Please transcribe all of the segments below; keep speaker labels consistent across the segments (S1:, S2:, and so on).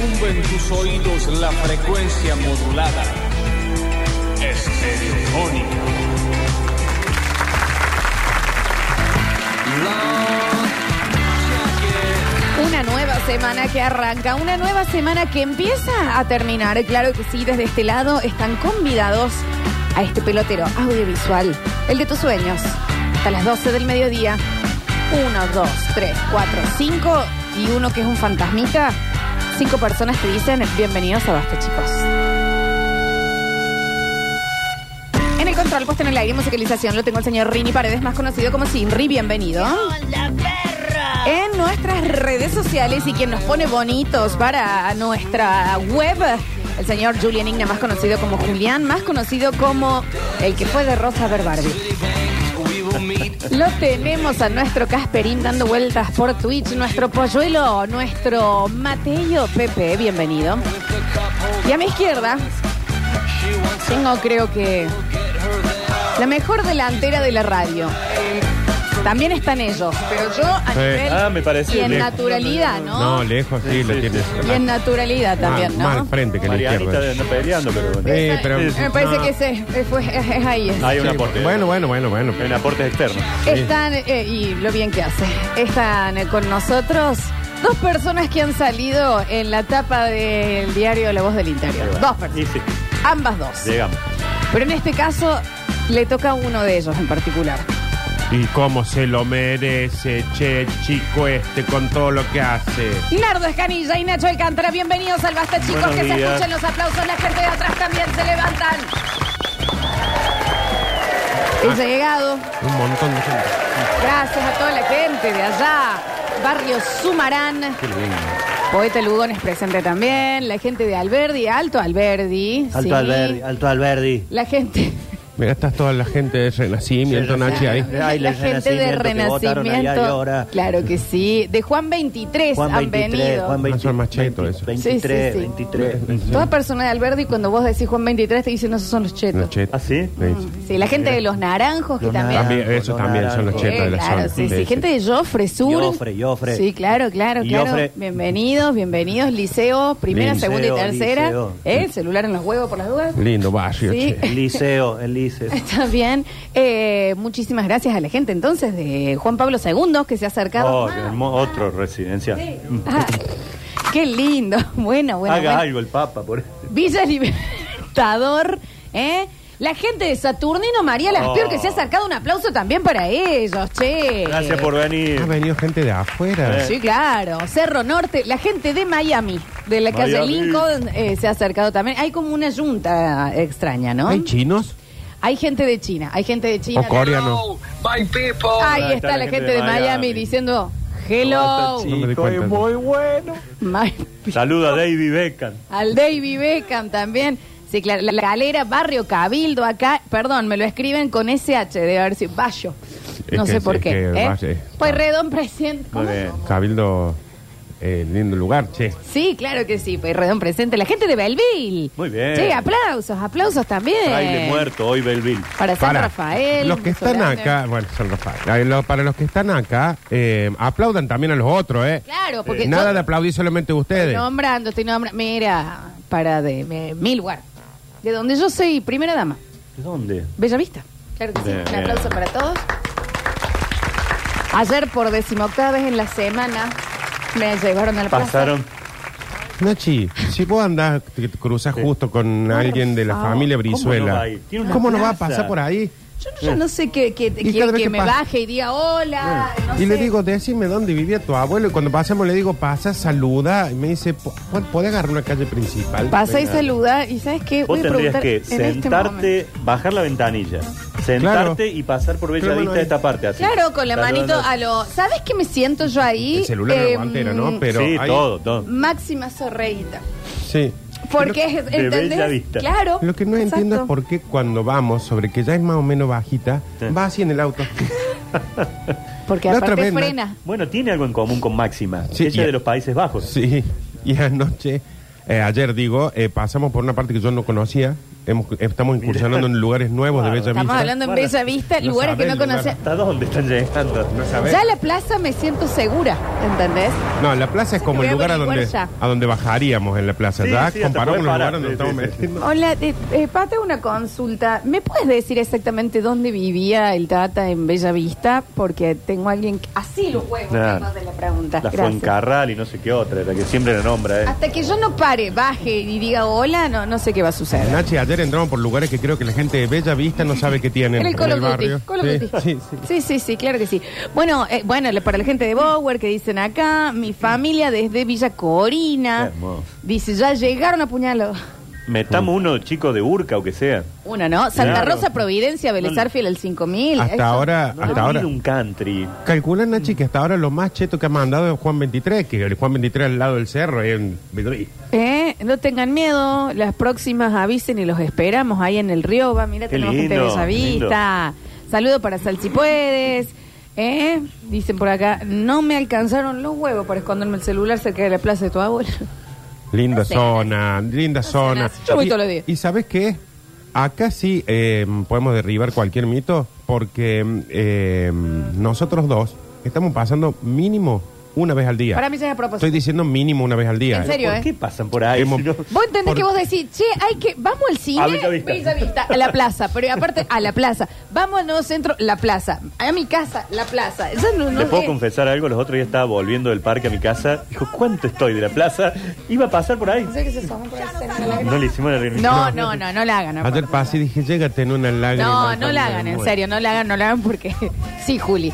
S1: tus oídos la frecuencia modulada. Estereofónica.
S2: Una nueva semana que arranca, una nueva semana que empieza a terminar. Claro que sí, desde este lado están convidados a este pelotero audiovisual, el de tus sueños. Hasta las 12 del mediodía. Uno, dos, tres, cuatro, cinco y uno que es un fantasmita. Cinco personas que dicen bienvenidos a Basta, chicos. En el control, puesto en el aire y musicalización, lo tengo el señor Rini Paredes, más conocido como Sinri. Bienvenido
S3: ¡Hola, perra!
S2: en nuestras redes sociales y quien nos pone bonitos para nuestra web. El señor Julian Igna, más conocido como Julián, más conocido como el que fue de Rosa Ver Barbie. Lo tenemos a nuestro Casperín dando vueltas por Twitch, nuestro polluelo, nuestro Mateo Pepe, bienvenido. Y a mi izquierda tengo creo que la mejor delantera de la radio. También están ellos, pero yo a
S4: Sí.
S2: nivel
S5: Ah, me pareció
S2: y en
S5: lejos.
S2: naturalidad, ¿no?
S4: No, lejos sí,
S5: Sí,
S4: lo
S5: sí,
S4: tienes.
S5: sí.
S4: más-
S2: Y en naturalidad también,
S4: más,
S2: ¿no? eh,
S4: al frente que a la
S5: Marianita
S4: izquierda.
S5: de no peleando, pero bueno.
S4: Sí, pero-
S5: Sí, sí.
S2: Me parece
S4: No.
S2: que ese eh, fue, es, es ahí. es.
S5: Hay un aporte.
S4: Bueno, bueno, bueno, bueno.
S5: Hay un aporte externo.
S2: Están, eh, y lo bien que hace, están eh, con nosotros dos personas que han salido en la tapa del diario La Voz del Interior.
S5: Ahí va.
S2: Dos personas.
S5: Y sí,
S2: Ambas dos.
S5: llegamos.
S2: Pero en este caso le toca a uno de ellos en particular.
S4: Y cómo se lo merece, che, chico este, con todo lo que hace.
S2: Nardo Escanilla y Nacho Alcántara, bienvenidos al Basta Chicos,
S5: Buenos
S2: que se
S5: días.
S2: escuchen los aplausos, la gente de atrás también se levantan.
S6: Ah.
S2: He llegado.
S4: Un montón de gente.
S2: Gracias a toda la gente de allá. Barrio Sumarán. Poeta Lugones presente también. La gente de Alberdi, Alto Alberdi.
S6: Alto
S2: sí.
S6: Alberdi, Alto Alberdi.
S2: La gente.
S4: Mira, estás toda la gente de Renacimiento,
S6: Sí,
S4: Nachi, ahí.
S6: Renacimiento. Ay,
S2: la
S6: el
S2: gente de
S6: Renacimiento que votaron allá y
S2: Renacimiento.
S6: ahora.
S2: Claro que sí. De Juan 23
S6: Juan
S2: han
S6: 23,
S2: venido.
S6: Juan 20,
S4: No son machetos
S6: 20,
S4: eso.
S6: 23,
S2: Sí, sí, sí.
S6: 23.
S2: Toda persona de Alberdi, cuando vos decís Juan 23, te dicen, no, esos son los chetos.
S4: Los chetos.
S5: ¿Ah, sí?
S4: Sí.
S2: Mm. Sí, la gente de los naranjos, que
S6: Los
S2: también.
S4: También, esos también son los
S2: Sí,
S4: chetos de la
S2: claro,
S4: zona.
S2: sí, sí. Gente de Jofre Sur.
S6: Jofre, Jofre.
S2: Sí, claro, claro, claro.
S6: Jofre.
S2: Bienvenidos, bienvenidos. Liceo, primera,
S4: Liceo,
S2: segunda y tercera.
S6: liceo.
S2: ¿Eh? Celular en los huevos por las dudas.
S4: Lindo barrio,
S2: Sí.
S4: che.
S6: El liceo, el liceo.
S2: Está bien. Eh, muchísimas gracias a la gente entonces de Juan Pablo II que se ha acercado.
S5: Oh,
S2: Ah,
S5: qué hermo- otro residencial.
S2: ah, qué lindo. Bueno, bueno.
S5: Haga
S2: bueno. Eh,
S5: algo el Papa, por
S2: Villa Libertador, ¿eh? La gente de Saturnino María Laspior
S5: Oh.
S2: que se ha acercado un aplauso también para ellos, che.
S5: Gracias por venir.
S4: Ha venido gente de afuera.
S2: Sí, claro. Cerro Norte, la gente de Miami, de la calle
S5: Miami.
S2: Lincoln, eh, se ha acercado también. Hay como una yunta extraña, ¿no?
S4: ¿Hay chinos?
S2: Hay gente de China, hay gente de China.
S4: ¿O coreanos?
S1: My people.
S2: Ahí está la gente de Miami diciendo, hello,
S5: Basta,
S4: No me di
S5: chico,
S4: cuenta.
S5: es muy bueno.
S2: my
S5: Saluda a David Beckham.
S2: Al Davy Beckham también. Sí, claro. La galera, barrio Cabildo, acá. Perdón, me lo escriben con SH, debe haber sido Bayo.
S4: Es
S2: No
S4: que-
S2: sé por
S4: es Ah.
S2: qué.
S4: que
S2: ¿eh?
S4: Valle-
S2: Pueyrredón presente. ¿Cómo?
S5: Muy bien.
S4: Cabildo, eh, lindo lugar, che.
S2: Sí, claro que sí. Pueyrredón presente. La gente de Belville.
S5: Muy bien.
S2: Sí, aplausos, aplausos también.
S5: Fraile muerto, hoy Belville.
S2: Para San
S4: Para
S2: Rafael.
S4: Los que
S2: beso
S4: están
S2: grande.
S4: acá, bueno, San Rafael. Ay, lo- para los que están acá, eh, aplaudan también a los otros, ¿eh?
S2: Claro, porque.
S4: Nada
S2: yo
S4: de aplaudir solamente a
S2: Estoy
S4: ustedes.
S2: nombrando, estoy nombrando. Mira, para de me- Milwaukee. De donde yo soy primera dama.
S5: ¿De ¿Dónde?
S2: Bellavista. Claro que sí.
S5: Bien,
S2: Un aplauso
S5: bien.
S2: para todos. Ayer por decimoctava vez en la semana me llevaron a la plaza.
S5: Pasaron.
S4: Nachi, si vos andás, te te cruzás justo con alguien de la
S2: favor.
S4: familia
S5: ¿Cómo no va
S4: Brizuela,
S5: a ir? Tiene una
S4: ¿cómo nos va a
S5: plaza.
S4: pasar por ahí?
S2: Yo no- ya no sé que, que, que-
S4: cada vez
S2: que
S4: que
S2: me
S4: pasa-
S2: baje y diga hola. no
S4: Y le
S2: sé.
S4: digo, decime dónde vivía tu abuelo. Y cuando pasamos le digo, pasa, saluda. Y me dice, "Po- po- ¿puede agarrar una calle principal?
S2: Pasa y
S4: Venga.
S2: saluda. ¿Y sabes qué?
S5: Vos
S2: Voy a
S5: tendrías
S2: preguntar
S5: que
S2: en este
S5: sentarte,
S2: momento.
S5: bajar la ventanilla, sentarte y pasar por
S4: Pero
S5: Bellavista
S4: bueno, eh, ahí-
S5: de esta parte. Así.
S2: Claro, con la
S5: Saludando
S2: manito a lo. ¿Sabes qué me siento yo ahí?
S4: El celular en la
S2: Em,
S4: guantera, ¿no? Pero
S5: sí,
S4: ahí-
S5: todo, todo.
S2: Máxima Sorreguita.
S4: Sí.
S2: Porque es.
S5: de
S2: ¿entendés?
S5: Bella Vista.
S2: Claro.
S4: Lo que no entiendo es
S2: exacto.
S4: por qué cuando vamos, sobre que ya es más o menos bajita,
S5: Sí.
S4: va así en el auto.
S2: Porque
S4: La otra
S2: aparte
S4: vez, ¿no?
S2: frena.
S5: Bueno, tiene algo en común con Máxima.
S4: Sí,
S5: Ella
S4: y-
S5: es de los Países Bajos.
S4: Sí, y anoche, eh, ayer digo, eh, pasamos por una parte que yo no conocía Hemos- estamos incursionando en lugares nuevos de
S5: Claro.
S4: Bella
S2: Estamos
S4: Vista.
S2: hablando en
S5: Bueno,
S2: Bella Vista,
S4: no
S2: lugares que
S4: sabe
S2: no
S4: el lugar.
S2: conocemos.
S5: ¿Hasta dónde están llegando?
S4: No sabés.
S2: Ya la plaza me siento segura, ¿entendés?
S4: No, la plaza es como
S2: Voy
S4: el
S2: a
S4: lugar a donde,
S2: averiguar ya.
S4: a donde bajaríamos en la plaza.
S5: Sí,
S4: ya
S5: sí, hasta
S4: comparado con
S5: podés
S4: los
S5: parar,
S4: lugares donde
S5: sí,
S4: estamos
S5: sí, sí.
S4: metiendo.
S2: Hola, eh, eh, Pata, una consulta. ¿Me puedes decir exactamente dónde vivía el Tata en Bella Vista? Porque tengo a alguien que... Así los huevos,
S5: Nah.
S2: además de la pregunta.
S5: La
S2: Gracias.
S5: Fuencarral y no sé qué otra, la que siempre la nombra, ¿eh?
S2: Hasta que yo no pare, baje y diga hola, no, no sé qué va a suceder.
S4: Eh, Nachi, ayer entramos por lugares que creo que la gente de Bella Vista no sabe que tienen
S2: Era el
S4: en
S2: Colo
S4: el
S2: Guti,
S4: barrio.
S2: Colo
S4: Sí,
S2: Guti.
S4: sí, sí.
S2: Sí, sí, sí, claro que sí. Bueno, eh, bueno, le- para la gente de Bower que dicen acá, mi familia desde Villa Corina.
S5: Qué hermoso.
S2: Dice, ya llegaron a puñalos.
S5: Metamos uno chico de Urca o que sea.
S2: Una, ¿no? Santa
S5: Claro.
S2: Rosa, Providencia, Vélez
S5: No,
S2: Arfiel, el 5000.
S4: Hasta
S2: Eso-
S4: ahora,
S5: No le
S4: hasta ahora.
S5: pido un country.
S4: Calcula, Nachi, que hasta ahora lo más cheto que ha mandado es Juan 23, que el Juan 23 al lado del cerro, ahí en Vidri.
S2: Eh, no tengan miedo, las próximas avisen y los esperamos ahí en el Rioba. Mira,
S5: Qué
S2: tenemos gente de
S5: lindo,
S2: Bella Vista. Saludo para Salchipuedes. Eh, dicen por acá, no me alcanzaron los huevos para esconderme el celular cerca de la plaza de tu abuela.
S4: Linda zona, linda zona.
S2: Nachi. Yo voy
S4: Y-
S2: todos los días.
S4: ¿Y sabes qué? Acá sí eh, podemos derribar cualquier mito, porque eh, nosotros dos estamos pasando mínimo una vez al día.
S2: Para mí ya es a propósito.
S4: Estoy diciendo mínimo una vez al día.
S2: En serio,
S5: ¿Por
S2: ¿eh?
S5: qué pasan por ahí?
S4: Hemos-
S5: Si no-
S2: Vos entendés
S4: Por-
S2: que vos decís, che, hay que, vamos al cine,
S5: A Bella Vista.
S2: Bella Vista, a la plaza, pero aparte a la plaza, vamos al nuevo centro, la plaza, a mi casa, la plaza. Eso no, no
S5: ¿Te puedo
S2: es-
S5: confesar algo? Los otros días estaba volviendo del parque a mi casa. Dijo, ¿cuánto estoy de la plaza? Iba a pasar por ahí.
S2: no sé qué se asoma por ahí, se me la-
S5: No le hicimos la reunión.
S2: No, no, no, no la hagan. no,
S4: Ayer pasé y dije, llégate en una lágrima.
S2: No, no la hagan, en serio, no la hagan, no la hagan porque. Sí, Juli.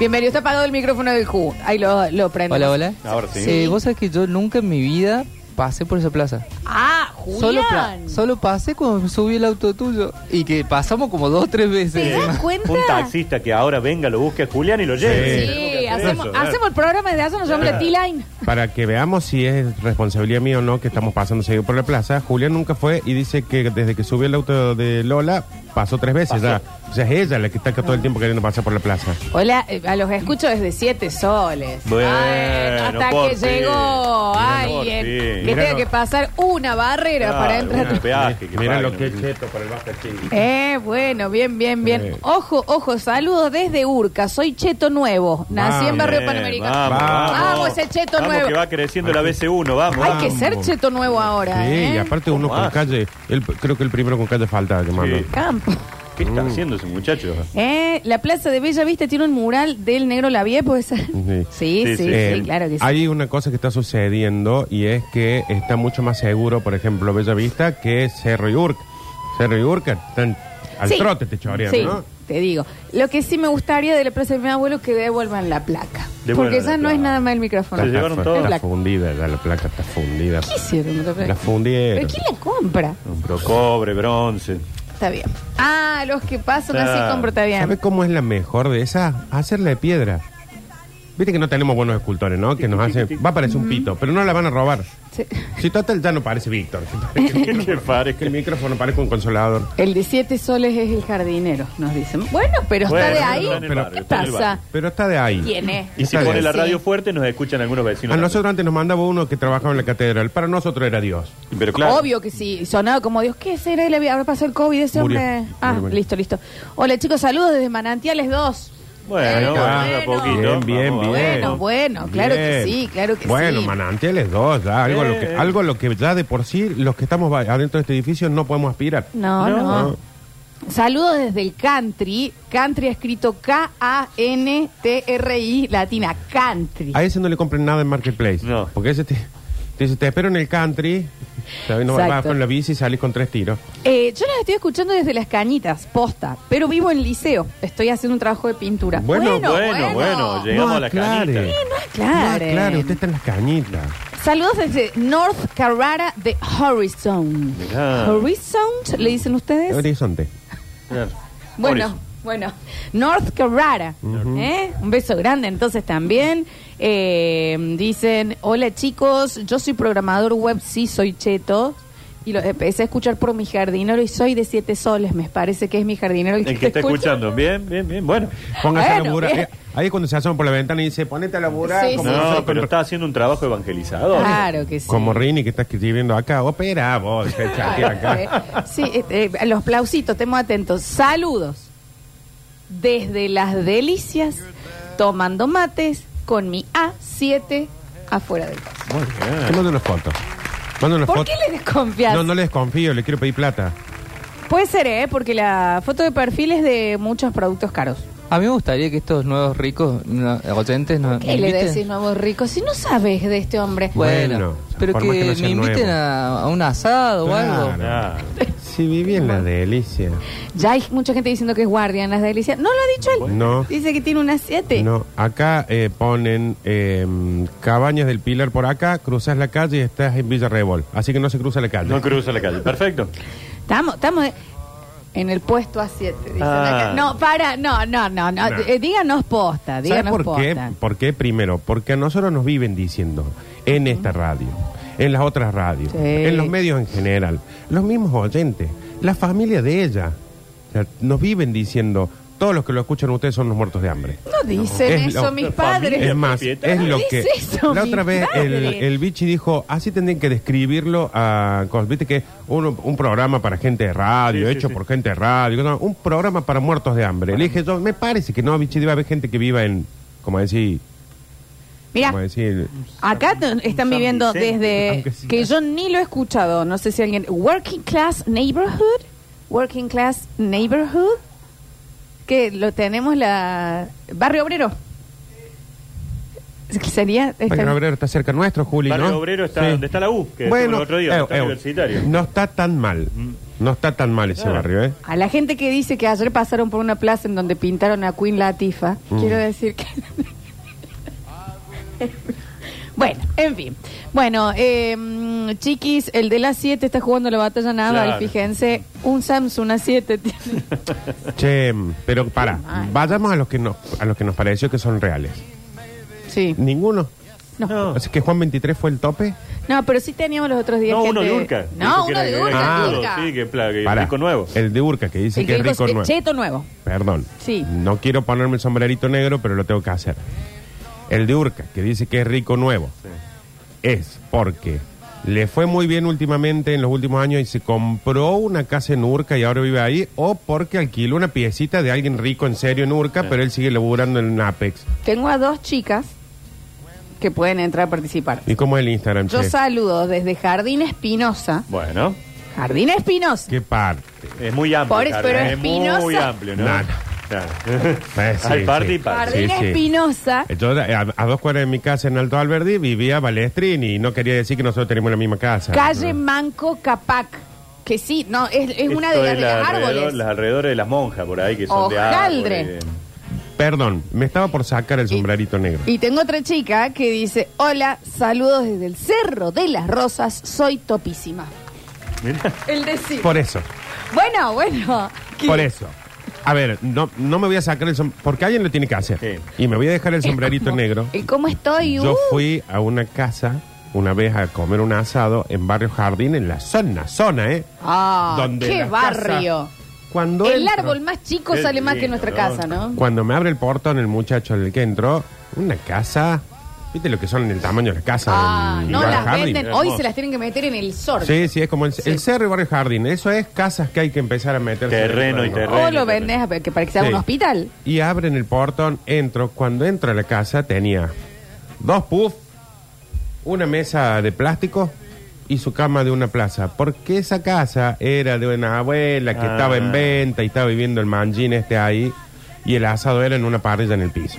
S2: Bienvenido, está apagado el micrófono del Ju. Ahí lo, lo prendo.
S7: Hola, hola.
S5: Ahora sí.
S7: Eh, Vos sabés que yo nunca en mi vida pasé por esa plaza.
S2: Ah,
S7: Solo, pla-
S2: Julián.
S7: solo pasé cuando me subí el auto tuyo. Y que pasamos como dos o tres
S2: ¿Te
S7: veces.
S2: das
S7: encima.
S2: cuenta?
S5: Un taxista que ahora venga, lo busque a Julián y lo lleve.
S2: Sí,
S5: Tenemos que hacer
S2: hacemos,
S5: eso, ¿eh? ¿verdad?
S2: hacemos el programa de Azo, nos llamamos la T-Line.
S4: Para que veamos si es responsabilidad mía o no que estamos pasando seguido por la plaza, Julián nunca fue y dice que desde que subió el auto de Lola pasó tres veces ya. O sea, es ella la que está acá todo el tiempo queriendo pasar por la plaza.
S2: Hola, eh, a los escucho desde Siete Soles.
S5: Bueno,
S2: Ay, hasta
S5: por
S2: que
S5: fin.
S2: llegó
S5: Mira, Ah,
S2: alguien
S5: por fin.
S2: que
S4: Mira,
S2: tenga
S4: no.
S2: que pasar una barrera
S5: Claro,
S2: para entrar.
S5: un peaje que
S4: Mira
S5: pague,
S4: lo
S5: ¿no?
S4: que es cheto para el Vasco Chico.
S2: Eh, bueno, bien, bien, bien.
S5: Eh.
S4: Sí.
S2: Ojo, ojo, saludos desde Urca. Soy Cheto Nuevo. Nací en
S4: Vamos.
S2: Barrio
S5: Ah, Bien,
S2: Panamericano.
S5: Vamos,
S4: Vamos.
S2: Vamos, ese cheto
S5: Vamos,
S2: nuevo.
S5: que va creciendo la BC1, vamos.
S2: Hay
S5: vamos.
S2: que ser Cheto Nuevo ahora,
S4: Sí,
S2: ¿eh?
S4: y aparte uno
S5: ¿Cómo
S4: con
S5: hace?
S4: calle, el- creo que el primero con calle falta que manda.
S5: Sí.
S2: Campo.
S5: ¿Qué está
S4: Mm.
S5: haciendo ese muchacho?
S2: Eh, La plaza de Bella Vista tiene un mural del negro Lavie, ¿puede ser?
S4: Sí.
S2: Sí, sí,
S5: Sí,
S2: sí,
S5: sí.
S4: Eh,
S2: claro que sí.
S4: Hay una cosa que está sucediendo y es que está mucho más seguro, por ejemplo, Bella Vista que Cerro y Urca. Cerro y Urca están al
S2: Sí.
S4: trote te chorean,
S2: Sí,
S4: ¿no?
S2: te digo. Lo que sí me gustaría de la plaza de mi abuelo que devuelvan la placa.
S5: Devuelvan
S2: Porque ya
S5: la
S2: no
S5: placa.
S2: es nada más el micrófono.
S5: Se
S4: Está-
S5: llevaron
S4: está-
S5: todo.
S4: Está
S2: La-
S4: fundida, ya la placa está fundida.
S2: ¿Qué hicieron con la placa?
S4: La fundieron.
S2: ¿Pero quién la compra?
S5: Compró cobre, bronce.
S2: Está bien. Ah, los que pasan así
S5: Claro.
S2: compro, está bien.
S4: ¿Sabe cómo es la mejor de esa? Hacerla de piedra. Viste que no tenemos buenos escultores, ¿no? Que nos hacen. Va a parecer
S2: Mm.
S4: un pito, pero no la van a robar.
S2: Sí.
S4: Si total ya no parece Víctor.
S5: ¿Qué
S4: Que
S5: parece?
S4: el micrófono parezca un consolador.
S2: El de siete soles es el jardinero, nos dicen. Bueno, pero
S5: Bueno,
S2: está de
S5: pero
S2: ahí.
S5: está en el barrio,
S2: ¿Qué
S5: está en el
S2: pasa?
S5: barrio.
S4: Pero está de ahí.
S2: ¿Quién es?
S5: Y si
S4: Está
S5: pone
S4: bien.
S5: la radio
S2: Sí.
S5: fuerte, nos escuchan algunos vecinos.
S4: A
S5: también.
S4: nosotros antes nos mandaba uno que trabajaba en la catedral. Para nosotros era Dios.
S5: Pero claro,
S2: Obvio que sí, sonaba como Dios, ¿qué será de la vida? Ahora pasó el COVID, ese
S4: Murió.
S2: hombre. Ah,
S4: Murió, murió.
S2: listo, listo. Hola chicos, saludos desde Manantiales 2.
S5: Bueno,
S4: Ah,
S5: bueno,
S4: Bien,
S5: poquito.
S4: bien,
S5: Vamos,
S4: bien.
S2: Bueno, bueno, claro que sí, claro que
S4: bueno,
S2: sí.
S4: manantiales dos, ya, algo, lo que,
S5: Bien.
S4: algo lo que ya de por sí los que estamos va- adentro de este edificio no podemos aspirar.
S2: No, no.
S5: No.
S2: Saludos desde el country. Country escrito K-A-N-T-R-I latina. Country.
S4: A ese no le compren nada en Marketplace.
S5: No.
S4: Porque ese te, te dice, te espero en el country, ¿sabes? no vas
S2: Exacto.
S4: con la bici y salís con tres tiros.
S2: Eh, yo las estoy escuchando desde las cañitas, posta, pero vivo en liceo. Estoy haciendo un trabajo de pintura.
S4: Bueno,
S5: Bueno, bueno, bueno, llegamos
S4: No
S5: a la
S4: aclare.
S5: canita.
S2: Claro.
S4: No, claro, usted está en las cañitas.
S2: Saludos desde North Carrara de Horizon.
S5: Mirá.
S2: Horizon, ¿le dicen ustedes?
S4: Horizonte.
S5: Claro.
S2: Bueno,
S5: Por eso.
S2: bueno. North Carrara. ¿eh? Un beso grande entonces también. Eh, dicen, hola chicos, yo soy programador web, sí soy cheto. Y lo empecé a escuchar por mi jardinero y soy de siete soles, me parece que es mi jardinero el que,
S5: El que
S2: te
S5: está
S2: escucha.
S5: escuchando. Bien, bien, bien. Bueno.
S4: Póngase a
S2: Bueno,
S4: laburar.
S2: bien.
S4: Eh, ahí es cuando se asoma por la ventana y dice, ponete a laburar.
S2: Sí,
S4: como
S2: sí,
S4: nosotros
S5: No, pero
S4: con-
S5: está haciendo un trabajo evangelizador.
S2: Claro que sí.
S4: Como Rini que está escribiendo acá. Opera vos, echate acá.
S2: Sí, eh, eh, los plausitos, estemos atentos. Saludos. Desde las delicias, tomando mates con mi A7 afuera del casa.
S5: Muy bien.
S4: Te mando unas fotos. Mando unas
S2: ¿Por
S4: fotos.
S2: qué le desconfías?
S4: No, no les confío, le quiero pedir plata.
S2: Puede ser, ¿eh? Porque la foto de perfil es de muchos productos caros.
S7: A mí me gustaría que estos nuevos ricos no, oyentes nos
S2: ¿Qué le
S7: inviten.
S2: decís, nuevos ricos? Si no sabes de este hombre.
S7: Bueno,
S4: Bueno,
S7: pero
S4: por más que
S7: que,
S4: no
S7: me
S4: sean
S7: inviten
S4: nuevos.
S7: a, a un asado o algo.
S4: Claro.
S5: Ah,
S4: Si viví en la delicia.
S2: Ya hay mucha gente diciendo que es guardián las delicias. No lo ha dicho él.
S4: No.
S2: Dice que tiene una 7.
S4: No, acá eh, ponen eh, cabañas del Pilar por acá, cruzas la calle y estás en Villa Rebol. Así que no se cruza la calle.
S5: no cruza la calle. Perfecto.
S2: Estamos, estamos de- en el puesto A7, dicen
S5: Ah.
S2: acá. No, para, no, no, no, no.
S4: No.
S2: Eh, díganos posta,
S4: ¿Sabes
S2: díganos
S4: por qué?
S2: posta.
S4: ¿Por qué? Primero, porque a nosotros nos viven diciendo en esta radio, en las otras radios,
S2: Sí.
S4: en los medios en general, los mismos oyentes, la familia de ella, o sea, nos viven diciendo, todos los que lo escuchan ustedes son los muertos de hambre.
S2: No dicen
S4: Es
S2: eso
S4: lo-
S2: mis
S5: la
S2: padres.
S5: familia.
S4: Es más,
S5: propietaria.
S4: es lo que...
S2: ¿Qué es eso,
S4: la
S2: mi
S4: otra vez el,
S2: padre?
S4: el bichi dijo, así tendrían que describirlo a... cos- Viste que uno- un programa para gente de radio,
S5: Sí, sí,
S4: hecho
S5: sí.
S4: por gente de radio, no, un programa para muertos de hambre. Le dije yo, me parece que no, bichi, debe haber gente que viva en, como decir...
S2: Mira,
S4: Como decir,
S2: acá t- están
S5: San
S2: viviendo
S5: Vicente,
S2: desde
S4: aunque sea.
S2: que yo ni lo he escuchado, no sé si alguien Working Class Neighborhood, Working Class Neighborhood que lo tenemos la Barrio Obrero. Es que sería está-
S4: Barrio Obrero está cerca nuestro, Juli,
S5: Barrio
S4: ¿no?
S5: Obrero está
S4: Sí.
S5: donde está la U, que estuvo el otro día,
S4: eh,
S5: está
S4: eh,
S5: universitario. Mm. Ah.
S4: No está tan mal. No está tan mal ese
S5: Claro.
S4: barrio, ¿eh?
S2: A la gente que dice que ayer pasaron por una plaza en donde pintaron a Queen Latifa, quiero decir que... bueno, en fin. Bueno, eh, mm, chiquis, el de las 7 está jugando la batalla naval,
S5: Claro.
S2: fíjense, un Samsung A7 tiene.
S4: Che, pero para,
S2: mal.
S4: vayamos a los que nos, a los que nos pareció que son reales.
S2: Sí.
S4: Ninguno.
S2: No.
S4: Así que Juan 23 fue el tope.
S2: no, pero sí teníamos los otros días
S5: No,
S2: gente...
S5: uno de Urca.
S2: No, uno de Urca,
S4: Ah.
S2: Urca.
S5: Sí, que, pla- que
S4: Pará.
S5: rico nuevo.
S4: El de Urca, que dice
S2: El
S4: que, es
S2: dijo,
S4: rico
S2: eh,
S4: nuevo.
S2: Cheto nuevo.
S4: Perdón.
S2: Sí.
S4: No quiero ponerme el sombrerito negro, pero lo tengo que hacer. El de Urca, que dice que es rico nuevo, es porque le fue muy bien últimamente en los últimos años y se compró una casa en Urca y ahora vive ahí, o porque alquiló una piecita de alguien rico en serio en Urca, pero él sigue laburando en Apex.
S2: Tengo a dos chicas que pueden entrar a participar.
S4: ¿Y cómo es el Instagram?
S2: Yo
S4: che?
S2: saludo desde Jardín Espinosa.
S5: Bueno,
S2: Jardín Espinosa.
S4: ¿Qué parte?
S5: es muy amplio.
S2: Por eso,
S5: Carlos,
S2: pero
S5: es muy
S2: Espinosa-
S5: amplio, ¿no?
S4: Nah, no.
S5: Claro.
S4: Eh, sí,
S5: Hay parte
S4: sí.
S5: y parte.
S2: Jardín
S4: Sí, sí.
S2: Espinosa.
S4: Yo eh, a, a dos cuadras de mi casa en Alto Alberdi vivía Balestrini y no quería decir que nosotros tenemos la misma casa.
S2: Calle
S4: No.
S2: Manco Capac. Que sí, no, es, es una de
S5: Esto
S2: las,
S5: es
S2: de las
S5: la alrededor-
S2: árboles.
S5: Las alrededores de las monjas por ahí que son
S2: Hojaldre.
S5: de árboles.
S4: Perdón, me estaba por sacar el sombrerito negro.
S2: Y tengo otra chica que dice, hola, saludos desde el Cerro de las Rosas, soy topísima.
S5: Mirá.
S2: El decir.
S4: Por eso,
S2: Bueno, bueno. ¿Qué?
S4: por eso. A ver, no, no me voy a sacar el sombrerito, porque alguien lo tiene que hacer.
S5: Sí.
S4: Y me voy a dejar el
S2: Es
S4: sombrerito
S2: como-
S4: negro.
S2: El cómo estoy.
S4: Yo
S2: uh.
S4: fui a una casa una vez a comer un asado en Barrio Jardín, en la zona, zona, ¿eh?
S2: Ah, qué
S4: la casa-
S2: barrio.
S4: cuando
S2: el
S4: entro-
S2: árbol más chico
S5: Qué
S2: sale más que
S5: lindo,
S2: nuestra
S5: ¿no?
S2: casa, ¿no?
S4: Cuando me abre el portón el muchacho en el que entró, una casa. ¿Viste lo que son el tamaño de las casas?
S2: Ah,
S4: en
S2: no
S4: Barrio
S2: las
S4: Jardín?
S2: venden.
S5: hermoso.
S2: Hoy se las tienen que meter en el sorteo.
S4: Sí, sí, es como el, el cerro y Barrio Jardín. Eso es casas que hay que empezar a meter.
S5: Terreno y terreno.
S2: O lo vendes a- que para que sea un
S4: Sí.
S2: hospital.
S4: Y abren el portón, entro. Cuando entro a la casa tenía dos puffs, una mesa de plástico y su cama de una plaza. Porque esa casa era de una abuela que
S5: Ah.
S4: estaba en venta y estaba viviendo el manjín este ahí. Y el asado era en una parrilla en el piso.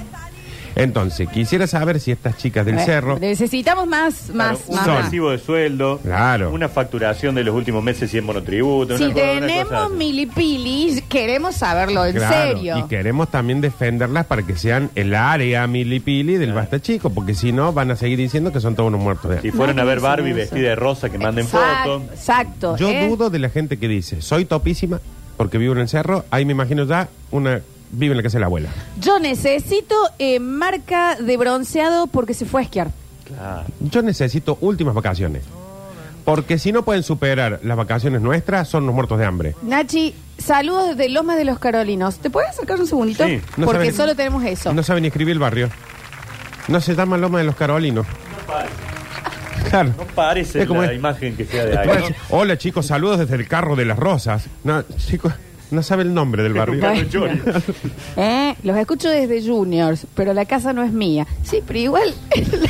S4: Entonces, quisiera saber si estas chicas del
S2: Eh,
S4: cerro...
S2: Necesitamos más, más,
S5: Claro, un
S2: más,
S4: Son.
S2: más.
S5: recibo de sueldo,
S4: Claro.
S5: una facturación de los últimos meses y en monotributo.
S2: Si
S5: una cosa- una cosa
S2: tenemos
S5: así.
S2: milipilis, queremos saberlo, en
S4: Claro,
S2: serio.
S4: Y queremos también defenderlas para que sean el área milipili del basta chico, porque si no van a seguir diciendo que son todos unos muertos de hambre.
S5: Si fueran a ver
S2: Nadie
S5: Barbie
S2: dice eso.
S5: vestida de rosa, que manden
S2: Exacto,
S5: fotos.
S2: Exacto.
S4: Yo
S2: ¿eh?
S4: dudo de la gente que dice, soy topísima porque vivo en el cerro, ahí me imagino ya una vive en la casa de la abuela.
S2: Yo necesito eh, marca de bronceado porque se fue a esquiar.
S5: Claro.
S4: Yo necesito últimas vacaciones. Porque si no pueden superar las vacaciones nuestras, son los muertos de hambre.
S2: Nachi, saludos desde Lomas de los Carolinos. ¿Te puedes acercar un segundito?
S5: Sí,
S4: no
S2: Porque
S4: saben-
S2: solo tenemos eso.
S4: No saben ni escribir el barrio. No se llama Loma de los Carolinos. Claro.
S5: No parece
S4: Es como
S5: la
S4: es.
S5: imagen que sea de ahí.
S4: Después, Hola chicos, saludos desde el carro de las rosas. No, chicos, no sabe el nombre del barrio.
S2: Bueno. Eh, Los escucho desde Juniors, pero la casa no es mía. Sí, pero igual.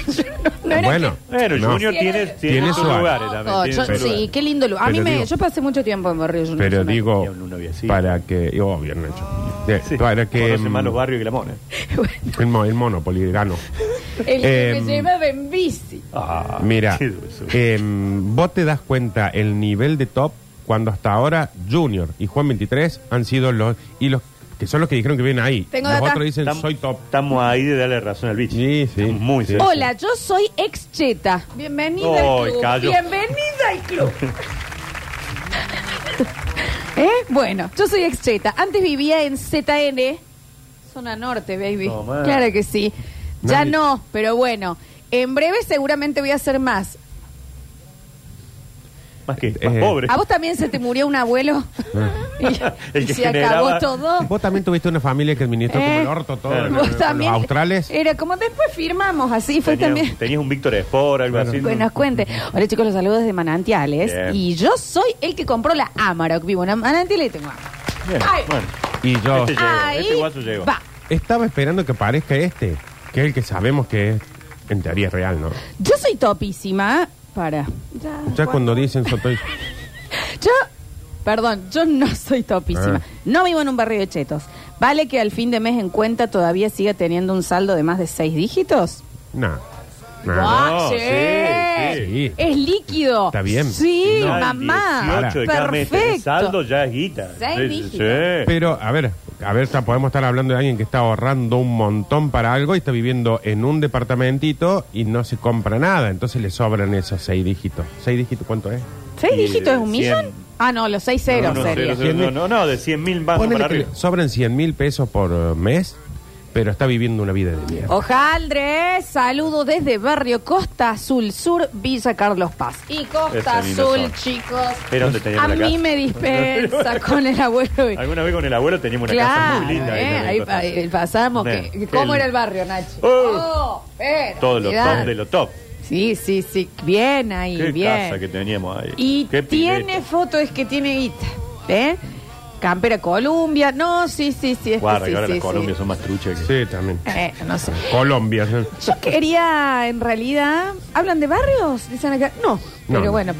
S2: no era
S4: bueno,
S5: Bueno,
S4: no.
S5: Junior tiene, tiene,
S4: Tiene
S5: sus
S4: su área.
S5: lugares
S2: que-
S5: también.
S2: Oh,
S5: tiene
S2: yo-
S5: sus lugares.
S2: sí, qué lindo lugar. A
S4: Pero
S2: mí me,
S4: digo-
S2: yo pasé mucho tiempo en Barrio Juniors.
S4: Pero
S2: una-
S4: digo,
S5: Tenía un novio así.
S4: para que, y obvio, Nacho. Eh,
S5: Sí,
S4: Para que mm,
S5: Conoce más los barrios que la mona.
S4: el, mo- el Monopoly ganó.
S2: El que
S4: Em,
S2: me llevaba en bici.
S5: Ah,
S4: Mira,
S5: qué dulce.
S4: em, vos te das cuenta el nivel de top cuando hasta ahora Junior y Juan 23 han sido los y los que son los que dijeron que vienen ahí.
S2: Tengo
S4: los
S2: data.
S4: otros dicen
S5: Tam-
S4: soy top.
S5: Estamos ahí de darle razón al bicho.
S4: Sí, sí.
S5: Estamos muy
S4: Sí.
S5: cerca.
S2: Hola, yo soy ex cheta. Bienvenida
S5: Oh,
S2: al club.
S5: cayó.
S2: Bienvenida al club. ¿Eh? Bueno, yo soy ex cheta. Antes vivía en ZN, zona norte, baby.
S5: Tomá.
S2: Claro que sí. Ya
S4: Nadie-
S2: no, pero bueno. En breve seguramente voy a hacer más.
S5: Más que más
S4: Eh,
S5: pobre.
S2: ¿A vos también se te murió un abuelo? Oh. y
S5: El
S2: y
S5: que
S2: se acabó
S5: generaba-
S2: todo.
S4: Vos también tuviste una familia que administró como
S2: Eh.
S4: el orto todo.
S5: Claro.
S4: eh,
S2: Vos
S4: los
S2: también.
S4: australes.
S2: Era como después firmamos, así fue
S5: Tenías,
S2: también.
S5: tenías un Víctor Espor, algo así.
S2: Que nos cuente. Hola chicos, los saludos de Manantiales.
S5: Bien.
S2: Y yo soy el que compró la Amarok. Vivo en Manantiales y tengo Amarok.
S5: Bien,
S2: Ay.
S5: bueno.
S4: Y yo
S5: Este llegó,
S2: Ahí
S5: este guaso llegó.
S2: va.
S4: estaba esperando que aparezca este, que es el que sabemos que es en teoría real, ¿no?
S2: Yo soy topísima. Para. Ya,
S4: Ya
S2: bueno.
S4: cuando dicen soy
S2: Yo, perdón, yo no soy topísima.
S4: Ah.
S2: No vivo en un barrio de chetos. ¿Vale que al fin de mes en cuenta todavía siga teniendo un saldo de más de seis dígitos?
S4: nada.
S2: ¡Ah,
S5: no,
S2: sí!
S5: sí,
S4: sí.
S2: Es líquido.
S4: Está bien.
S2: Sí,
S5: No, el
S2: mamá.
S5: 18 de cada mes, tenés
S2: Perfecto.
S5: saldo ya es guita.
S2: Seis
S5: Sí,
S2: dígitos.
S5: sí.
S4: Pero, a ver, a ver, ya podemos estar hablando de alguien que está ahorrando un montón para algo y está viviendo en un departamentito y no se compra nada. Entonces le sobran esos seis dígitos. ¿Seis dígitos cuánto es?
S2: ¿Seis
S5: Y
S2: dígitos es un
S5: cien.
S2: millón? Ah, no, los seis ceros
S5: no, no,
S2: sería.
S5: cero, cero, no, no, no, de 100 mil más
S4: Ponele
S5: Ah, para
S4: que
S5: arriba.
S4: le sobran 100 mil pesos por eh, mes, pero está viviendo una vida de mierda.
S2: Oh. Ojaldre, saludo desde barrio Costa Azul Sur, Villa Carlos Paz. Y Costa
S5: Esa linda
S2: Azul,
S5: zona.
S2: chicos.
S5: Era donde
S2: A
S5: teníamos la
S2: mí
S5: casa.
S2: me dispensa con el abuelo. y-
S5: Alguna vez con el abuelo teníamos una casa
S2: Claro,
S5: muy linda.
S2: eh, ahí pa-
S5: ahí,
S2: eh, pasamos.
S5: Bien,
S2: que- ¿Cómo
S5: el-
S2: era el barrio, Nachi?
S5: Oh.
S2: eh,
S5: Todo lo
S2: realidad.
S5: top de lo top.
S2: Sí, sí, sí. Bien ahí,
S5: Qué
S2: bien.
S5: casa que teníamos ahí.
S2: Y
S5: Qué pileta.
S2: tiene este, foto, es que tiene guita. ¿Eh? Campera Colombia. No, sí, sí, sí. Es
S5: Guarda,
S2: que sí,
S5: que ahora
S2: sí,
S5: las
S2: sí.
S5: Colombias son más truchas que.
S4: Sí, también.
S2: Eh, no sé.
S4: Colombia. sí.
S2: Yo quería, en realidad. ¿Hablan de barrios? Dicen acá. No.
S4: No,
S2: pero
S4: no.
S2: bueno.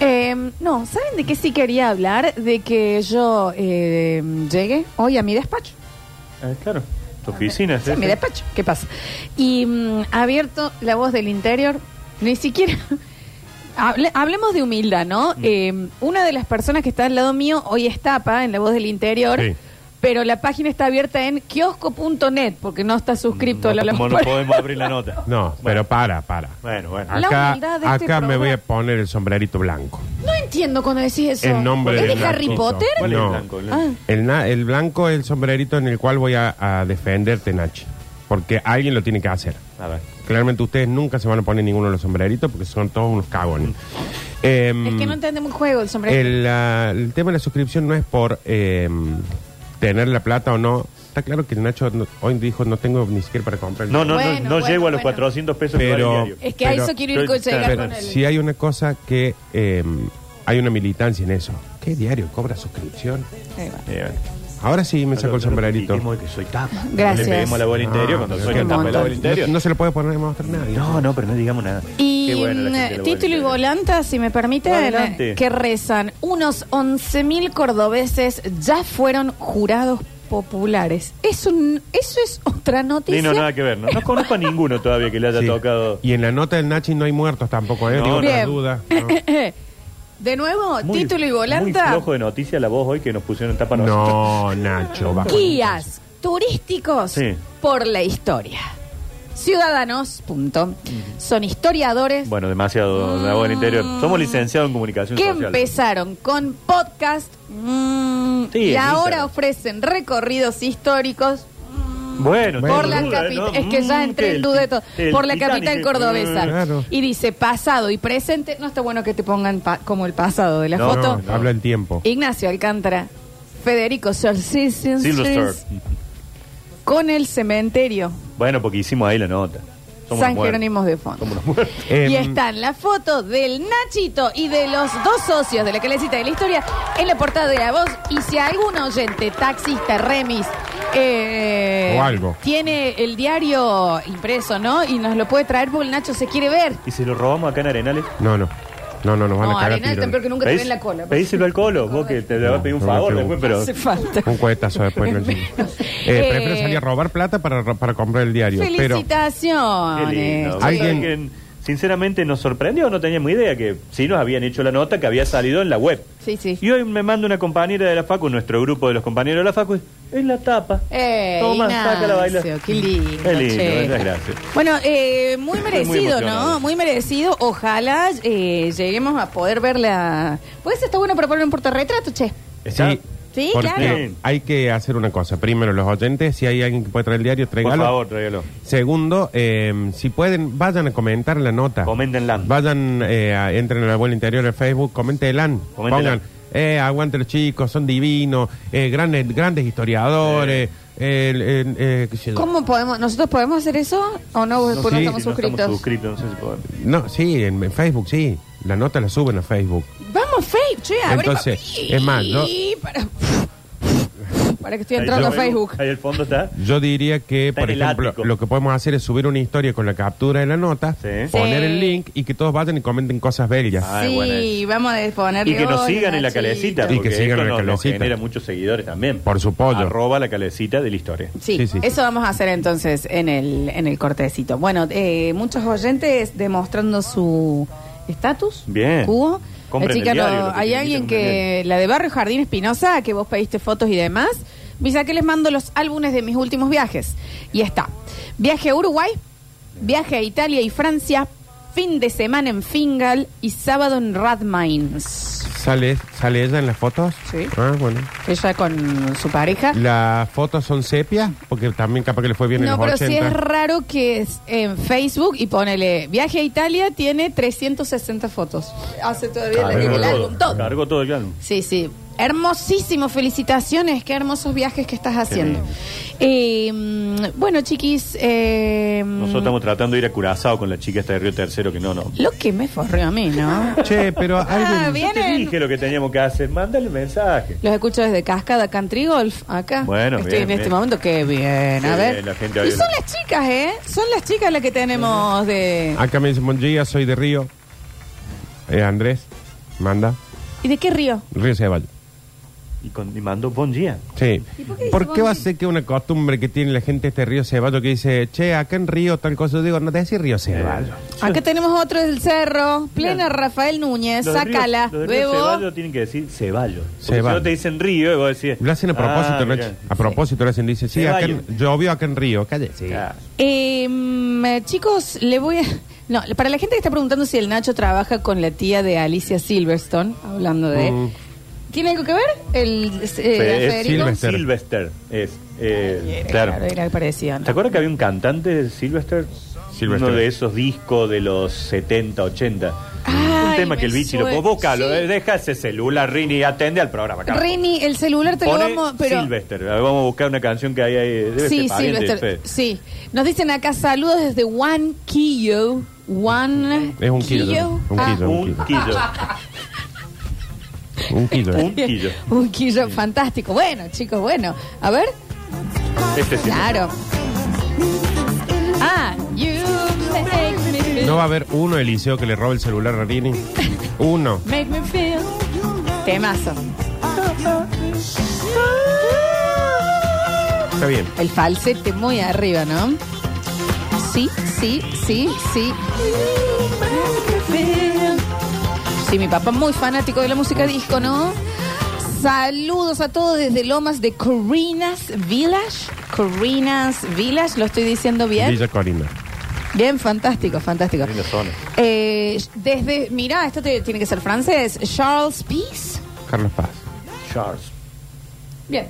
S2: Eh, No, ¿saben de qué sí quería hablar? De que yo eh, llegué hoy a mi despacho.
S5: Eh, claro. Tu oficina,
S2: Sí,
S5: sí,
S2: a mi
S5: sí.
S2: despacho. ¿Qué pasa? Y mm, abierto la voz del interior. Ni siquiera. Hable- hablemos de humildad,
S5: Mm.
S2: ¿no? Eh, una de las personas que está al lado mío hoy es tapa en la voz del interior.
S4: Sí.
S2: Pero la página está abierta en kiosco.net porque no está suscrito a la
S5: No, como no
S2: lámpara.
S5: podemos abrir la nota.
S4: No, Ah, pero para, para.
S5: Bueno, bueno.
S2: La
S4: Acá,
S2: humildad de este
S4: acá me
S2: programa.
S4: voy a poner el sombrerito blanco.
S2: No entiendo cuando decís eso.
S4: El nombre
S2: ¿Es
S4: del
S2: de Harry
S4: blanquito.
S2: Potter?
S5: ¿Cuál
S4: No.
S5: es el blanco? El-
S2: Ah.
S4: El, na- el blanco es el sombrerito en el cual voy a, a defenderte, Nachi. Porque alguien lo tiene que hacer.
S2: Ah.
S5: A ver.
S4: Claramente ustedes nunca se van a poner ninguno de los sombreritos porque son todos unos cagones. Em,
S5: mm.
S2: Es que no entendemos el juego, el sombrero.
S4: el, ah, el tema de la suscripción no es por em, tener la plata o no. Está claro que Nacho no- hoy dijo no tengo ni siquiera para comprar.
S5: No, no,
S2: Bueno,
S5: no, no
S2: bueno,
S5: llego a
S2: bueno.
S5: los 400 pesos que
S4: Pero-
S5: vale el diario.
S2: Es que a
S4: pero-
S2: eso quiero ir con
S5: pero-
S2: llegar
S4: Pero
S2: con el...
S4: si hay una cosa que em, hay una militancia en eso. ¿Qué diario cobra suscripción?
S2: Ahí va.
S5: Eh, bueno.
S4: Ahora sí me saco el
S5: Nosotros
S4: sombrerito.
S5: dijimos que soy tapa.
S2: Gracias.
S5: Le pedimos la bola interior cuando
S4: pero
S5: soy
S4: qué
S5: la tapa de la
S2: montón.
S5: bola interior.
S4: No, no se lo puede poner a mostrar a nadie.
S5: No, no, pero no digamos nada.
S2: Y
S5: Qué bueno la
S2: mm,
S5: gente de la bola
S2: título y
S5: interior.
S2: volanta, si me permiten,
S5: Adelante.
S2: que rezan. Unos 11.000 cordobeses ya fueron jurados populares. Es un, eso es otra noticia.
S5: Ni no, nada que ver. No, no conozco a ninguno todavía que le haya
S4: Sí.
S5: tocado.
S4: Y en la nota del Nachi no hay muertos tampoco, ¿eh?
S5: No,
S4: Digo,
S5: no.
S4: las
S2: Bien.
S4: dudas. No.
S2: De nuevo,
S5: Muy-
S2: título y
S5: Muy
S2: volanta.
S5: flojo de noticia la voz hoy que nos pusieron tapa nosotros.
S4: No, Nacho, bajo.
S2: Guías turísticos
S5: Sí.
S2: por la historia. Ciudadanos, punto. Son historiadores
S5: Bueno, demasiado la bola interior. Somos licenciados en comunicación
S2: que
S5: social.
S2: empezaron con podcast mm,
S5: Sí,
S2: y
S5: en
S2: ahora
S5: Instagram.
S2: ofrecen recorridos históricos. mm,
S5: Bueno,
S2: Por
S5: tengo
S2: la
S5: duda,
S2: capital,
S5: ¿no?
S2: es que ya
S5: Mm,
S2: entré
S5: que
S2: en duda de todo.
S5: el
S2: Por la
S5: Titanic,
S2: capital
S5: eh,
S2: cordobesa.
S5: mm,
S4: claro.
S2: Y dice pasado y presente. No está bueno que te pongan pa- como el pasado de la
S5: No,
S2: foto.
S4: No, habla el tiempo.
S2: Ignacio Alcántara, Federico
S5: Silver
S2: Sorcisinsins,
S5: Star.
S2: con el cementerio
S5: Bueno, porque hicimos ahí la nota. Somos
S2: San
S5: muertos.
S2: Jerónimo de Fondo.
S5: Somos unos muertos.
S2: Y
S4: Em,
S2: están la foto del Nachito y de los dos socios de la calecita de la historia en la portada de la voz. Y si algún oyente, taxista, remis, eh,
S4: O algo.
S2: tiene el diario impreso, ¿no? Y nos lo puede traer porque el Nacho se quiere ver.
S5: ¿Y si lo robamos acá en Arenales?
S4: No, no. No, no, nos van
S2: No,
S4: a cagar a
S2: Arenal
S4: tiros.
S2: está peor que nunca te
S5: Pedís-
S2: ven la cola.
S5: Pedíselo al colo, vos que te le vas a pedir un
S4: No, no
S5: favor
S4: te-
S5: después, pero.
S2: No hace falta.
S4: Un cohetazo después. no
S2: Menos.
S4: encima. Eh,
S2: Eh,
S4: prefiero salir a robar plata para, para comprar el diario. Pero
S2: Felicitaciones.
S5: Qué lindo.
S4: Alguien-
S5: ¿Saben que, Sinceramente nos sorprendió, no teníamos idea que sí nos habían hecho la nota que había salido en la web.
S2: Sí, sí.
S5: Y hoy me manda una compañera de la Facu, nuestro grupo de los compañeros de la Facu, es la tapa.
S2: Eh,
S5: Toma, sácala, baila.
S2: Ignacio, Qué lindo.
S5: Qué lindo,
S2: che.
S5: muchas gracias.
S2: Bueno, eh, muy merecido,
S5: emocionado.
S2: ¿no? Muy merecido. Ojalá eh, lleguemos a poder verla. Pues está bueno para poner un portarretrato, che.
S5: ¿Está?
S4: Sí.
S2: Sí,
S4: porque
S2: claro.
S4: hay que hacer una cosa. Primero, los oyentes, si hay alguien que puede traer el diario,
S5: Por
S4: tráigalo.
S5: favor, tráigalo.
S4: Segundo, eh, si pueden, vayan a comentar la nota.
S5: Coméntenla.
S4: Vayan, eh, a- entren a la abuela interior de Facebook, coméntenla.
S5: Coméntenla.
S4: Pongan, eh, aguante los chicos, son divinos, eh, grandes, grandes historiadores. el- el- eh, qué sé yo.
S2: ¿Cómo podemos? ¿Nosotros podemos hacer eso o no?
S5: No
S2: Porque
S4: sé,
S2: no estamos
S5: si no
S2: suscritos.
S5: estamos suscritos, no sé si podemos.
S4: No, sí, en, en Facebook sí. La nota la suben a Facebook.
S2: Vamos, Facebook, che, abrí-
S4: Entonces, es más, yo-
S2: Y Para, para que estoy
S5: Ahí
S2: entrando a
S5: yo-
S2: Facebook.
S5: Ahí el fondo está.
S4: Yo diría que,
S5: Está
S4: por
S5: en el
S4: ejemplo,
S5: ático.
S4: lo que podemos hacer es subir una historia con la captura de la nota,
S5: Sí.
S4: poner
S2: Sí.
S4: el link y que todos vayan y comenten cosas bellas.
S5: Ah,
S2: sí,
S5: bueno, es.
S2: vamos a ponerle
S5: Y que nos
S2: hola,
S5: sigan en la
S2: Nachito.
S5: calecita.
S4: Y que
S5: porque
S4: sigan
S5: esto
S4: en la
S5: nos- nos
S4: calecita.
S5: genera muchos seguidores también.
S4: Por supuesto.
S5: Arroba la calecita de la historia.
S2: Sí,
S4: Sí, sí.
S2: eso vamos a hacer entonces en el, en el cortecito. Bueno, eh, muchos oyentes demostrando su estatus.
S5: Bien.
S2: Hugo. La
S5: Compren el
S2: chica,
S5: diario,
S2: no-
S5: lo que
S2: hay
S5: te
S2: alguien
S5: inviten,
S2: que,
S5: compren
S2: la de Barrio Jardín Espinosa, que vos pediste fotos y demás, me dice que les mando los álbumes de mis últimos viajes. Y está. Viaje a Uruguay, viaje a Italia y Francia, fin de semana en Fingal y sábado en Radmines.
S4: ¿Sale, ¿Sale ella en las fotos?
S2: Sí.
S4: Ah, bueno.
S2: Ella con su pareja.
S4: ¿Las fotos son sepia? Porque también capaz que le fue bien
S2: No,
S4: en los
S2: pero sí
S4: 80.
S2: es raro que es en Facebook y ponele viaje a Italia tiene 360 fotos. Hace todavía la- el,
S5: Cargo
S2: álbum
S5: todo.
S2: todo.
S5: Cargo todo el álbum.
S2: Sí, sí. Hermosísimo, felicitaciones, qué hermosos viajes que estás haciendo. Eh, mm, bueno, chiquis, eh, mm,
S5: Nosotros estamos tratando de ir a Curazao con la chica esta de Río Tercero que no, no.
S2: lo que me forrió a mí, ¿no?
S4: Che, pero
S2: ah,
S4: alguien...
S5: Yo te
S2: vienen.
S5: dije lo que teníamos que hacer. Mándale mensaje.
S2: Los escucho desde Cascada Country Golf, acá.
S5: Bueno,
S2: Estoy
S5: bien,
S2: en este
S5: bien.
S2: momento, qué bien. A
S5: Qué
S2: ver.
S5: bien, la gente
S2: y
S5: hoy-
S2: son las chicas, ¿eh? Son las chicas las que tenemos de...
S5: Ah.
S4: Acá me dicen, buen día, soy de Río. Eh, Andrés, manda.
S2: ¿Y de qué río?
S4: Río Ceballos.
S5: Y, con, y mandó buen día.
S4: Sí.
S2: por qué dice
S4: ¿Por qué
S2: buen
S4: va a
S2: día?
S4: ser que una costumbre que tiene la gente de este Río Ceballos que dice, che, acá en Río tal cosa? Yo digo, no te decís Río Ceballos.
S2: Acá tenemos otro del cerro, plena Rafael Núñez,
S5: Los de Río-
S2: sácala,
S5: los de Río
S2: bebo.
S5: Ceballo tienen que decir Ceballo. Porque si
S4: Ceballo.
S5: no te dicen Río, y vos decís.
S4: Lo hacen a propósito,
S5: ah,
S4: Nacho.
S5: mirá.
S4: A propósito lo hacen. Dice, sí, acá en-
S5: Ceballos.
S4: llovió acá en Río. Calle. Sí.
S5: Ah,
S2: Eh, mm, eh, chicos, le voy a... No, para la gente que está preguntando si el Nacho trabaja con la tía de Alicia Silverstone, hablando de...
S4: Mm.
S2: ¿Tiene algo que ver? El, eh,
S5: Fe- es
S2: Federico?
S5: Silvester. Silvester, Es, eh,
S2: Era,
S5: claro.
S2: era parecido, ¿no?
S5: ¿Te acuerdas que había un cantante, Silvester?
S4: Sylvester.
S5: Uno de esos discos de los 70, 80.
S2: Ay,
S5: un tema
S2: me
S5: que el bichi lo
S2: suena.
S5: búscalo,
S2: Sí.
S5: eh, deja ese celular, Rini, atende al programa. carajo.
S2: Rini, el celular te
S5: Pone
S2: lo vamos... Pero...
S5: Sylvester. A ver, Vamos a buscar una canción que hay ahí. Debe
S2: Sí,
S5: ser pariente,
S2: Silvester.
S5: Fe.
S2: Sí. Nos dicen acá saludos desde One Kilo. One
S4: Es un kilo. Un
S2: Ah,
S4: kilo.
S5: Un quillo.
S4: Un kilo.
S5: Un quillo.
S2: Un quillo fantástico. Bueno, chicos, bueno. A ver.
S5: Este sí.
S2: Claro. Ah, you make me feel.
S4: No va a haber uno Eliseo que le robe el celular a Rini. Uno.
S2: Make me feel. Temazo.
S4: Está bien.
S2: El falsete muy arriba, ¿no? Sí, sí, sí, sí. Sí, mi papá muy fanático de la música disco, ¿no? Saludos a todos desde Lomas de Corinas Village. Corinas Village, lo estoy diciendo bien.
S4: Villa Corina.
S2: Bien, fantástico, fantástico.
S5: Linda zona.
S2: Eh, desde, mira, esto te- tiene que ser francés. Charles Peace.
S4: Carlos Paz.
S5: Charles.
S2: Bien.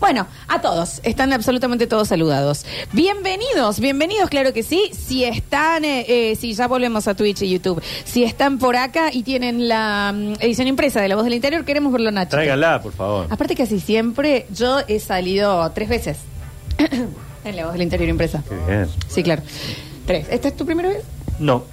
S2: Bueno, a todos, están absolutamente todos saludados. Bienvenidos, bienvenidos, claro que sí. Si están, eh, eh, si ya volvemos a Twitch y YouTube, si están por acá y tienen la mm, edición impresa de La Voz del Interior, queremos verlo, Nacho.
S5: Tráiganla, por favor.
S2: Aparte, casi siempre yo he salido tres veces en La Voz del Interior impresa.
S5: Qué bien.
S2: Sí, claro. Tres. ¿Esta es tu primera vez?
S5: No,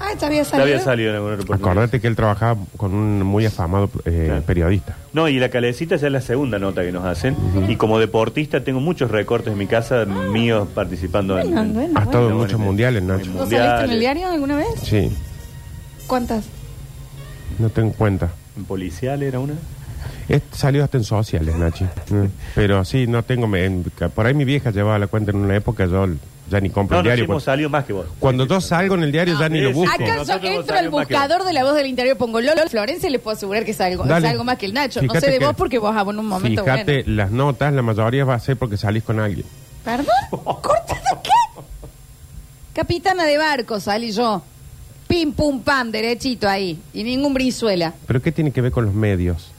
S2: Ah, ya había
S5: ya
S2: salido.
S5: había salido en alguna oportunidad.
S4: Acordate Pues que él trabajaba con un muy afamado eh,
S5: Claro.
S4: periodista.
S5: No, y la calecita ya es la segunda nota que nos hacen. Y como deportista tengo muchos recortes en mi casa míos participando
S2: Bueno,
S5: en...
S2: bueno,
S4: Has
S2: bueno.
S4: estado en
S5: Ah, bueno,
S4: muchos
S5: bueno.
S4: mundiales, Nacho.
S5: Muy
S2: ¿Vos saliste en el
S5: mundiales.
S2: diario alguna vez?
S4: Sí,
S2: ¿Cuántas?
S4: no tengo cuenta.
S5: en policial era una.
S4: Es- salió hasta en sociales, Nachi. Mm. Pero sí, no tengo. me- en- por ahí mi vieja llevaba la cuenta en una época, yo ya ni compro
S5: No,
S4: el
S5: no, sí
S4: diario. pues.
S5: hemos salido más que vos.
S4: Cuando yo salgo en el diario ya ni lo
S5: sí,
S4: busco.
S5: sí.
S2: Acá
S5: Nosotros
S2: yo
S5: hemos
S2: entro al
S5: salido más que
S2: buscador de la voz del interior, pongo Lolo Florencia y les puedo asegurar que salgo,
S4: Dale.
S2: salgo más que el Nacho. no
S4: Fíjate
S2: sé de
S4: que-
S2: vos porque vos en un momento
S4: Fíjate,
S2: bueno.
S4: las notas, la mayoría va a ser porque salís con alguien.
S2: ¿Perdón? ¿Corta de qué? Capitana de barco salí yo. Pim, pum, pam, derechito ahí. Y ningún brizuela.
S4: ¿Pero qué tiene que ver con los medios?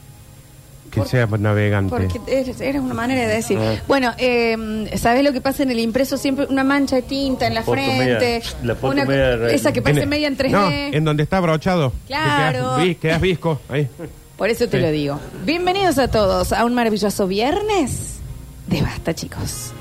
S4: Que
S2: Porque-
S4: seas navegante.
S2: Porque eres, eres una manera de decir. Bueno, eh, ¿sabes lo que pasa en el impreso? Siempre una mancha de tinta en la
S5: Foto
S2: frente.
S5: media- la foto
S2: una-
S5: media re-
S2: esa que parece
S4: En-
S2: media en 3D.
S4: No, en donde está brochado. Que
S2: Claro.
S4: Quedas, vi- quedas visco. Ahí.
S2: Por eso te
S4: Sí.
S2: lo digo. Bienvenidos a todos a un maravilloso viernes de Basta, chicos.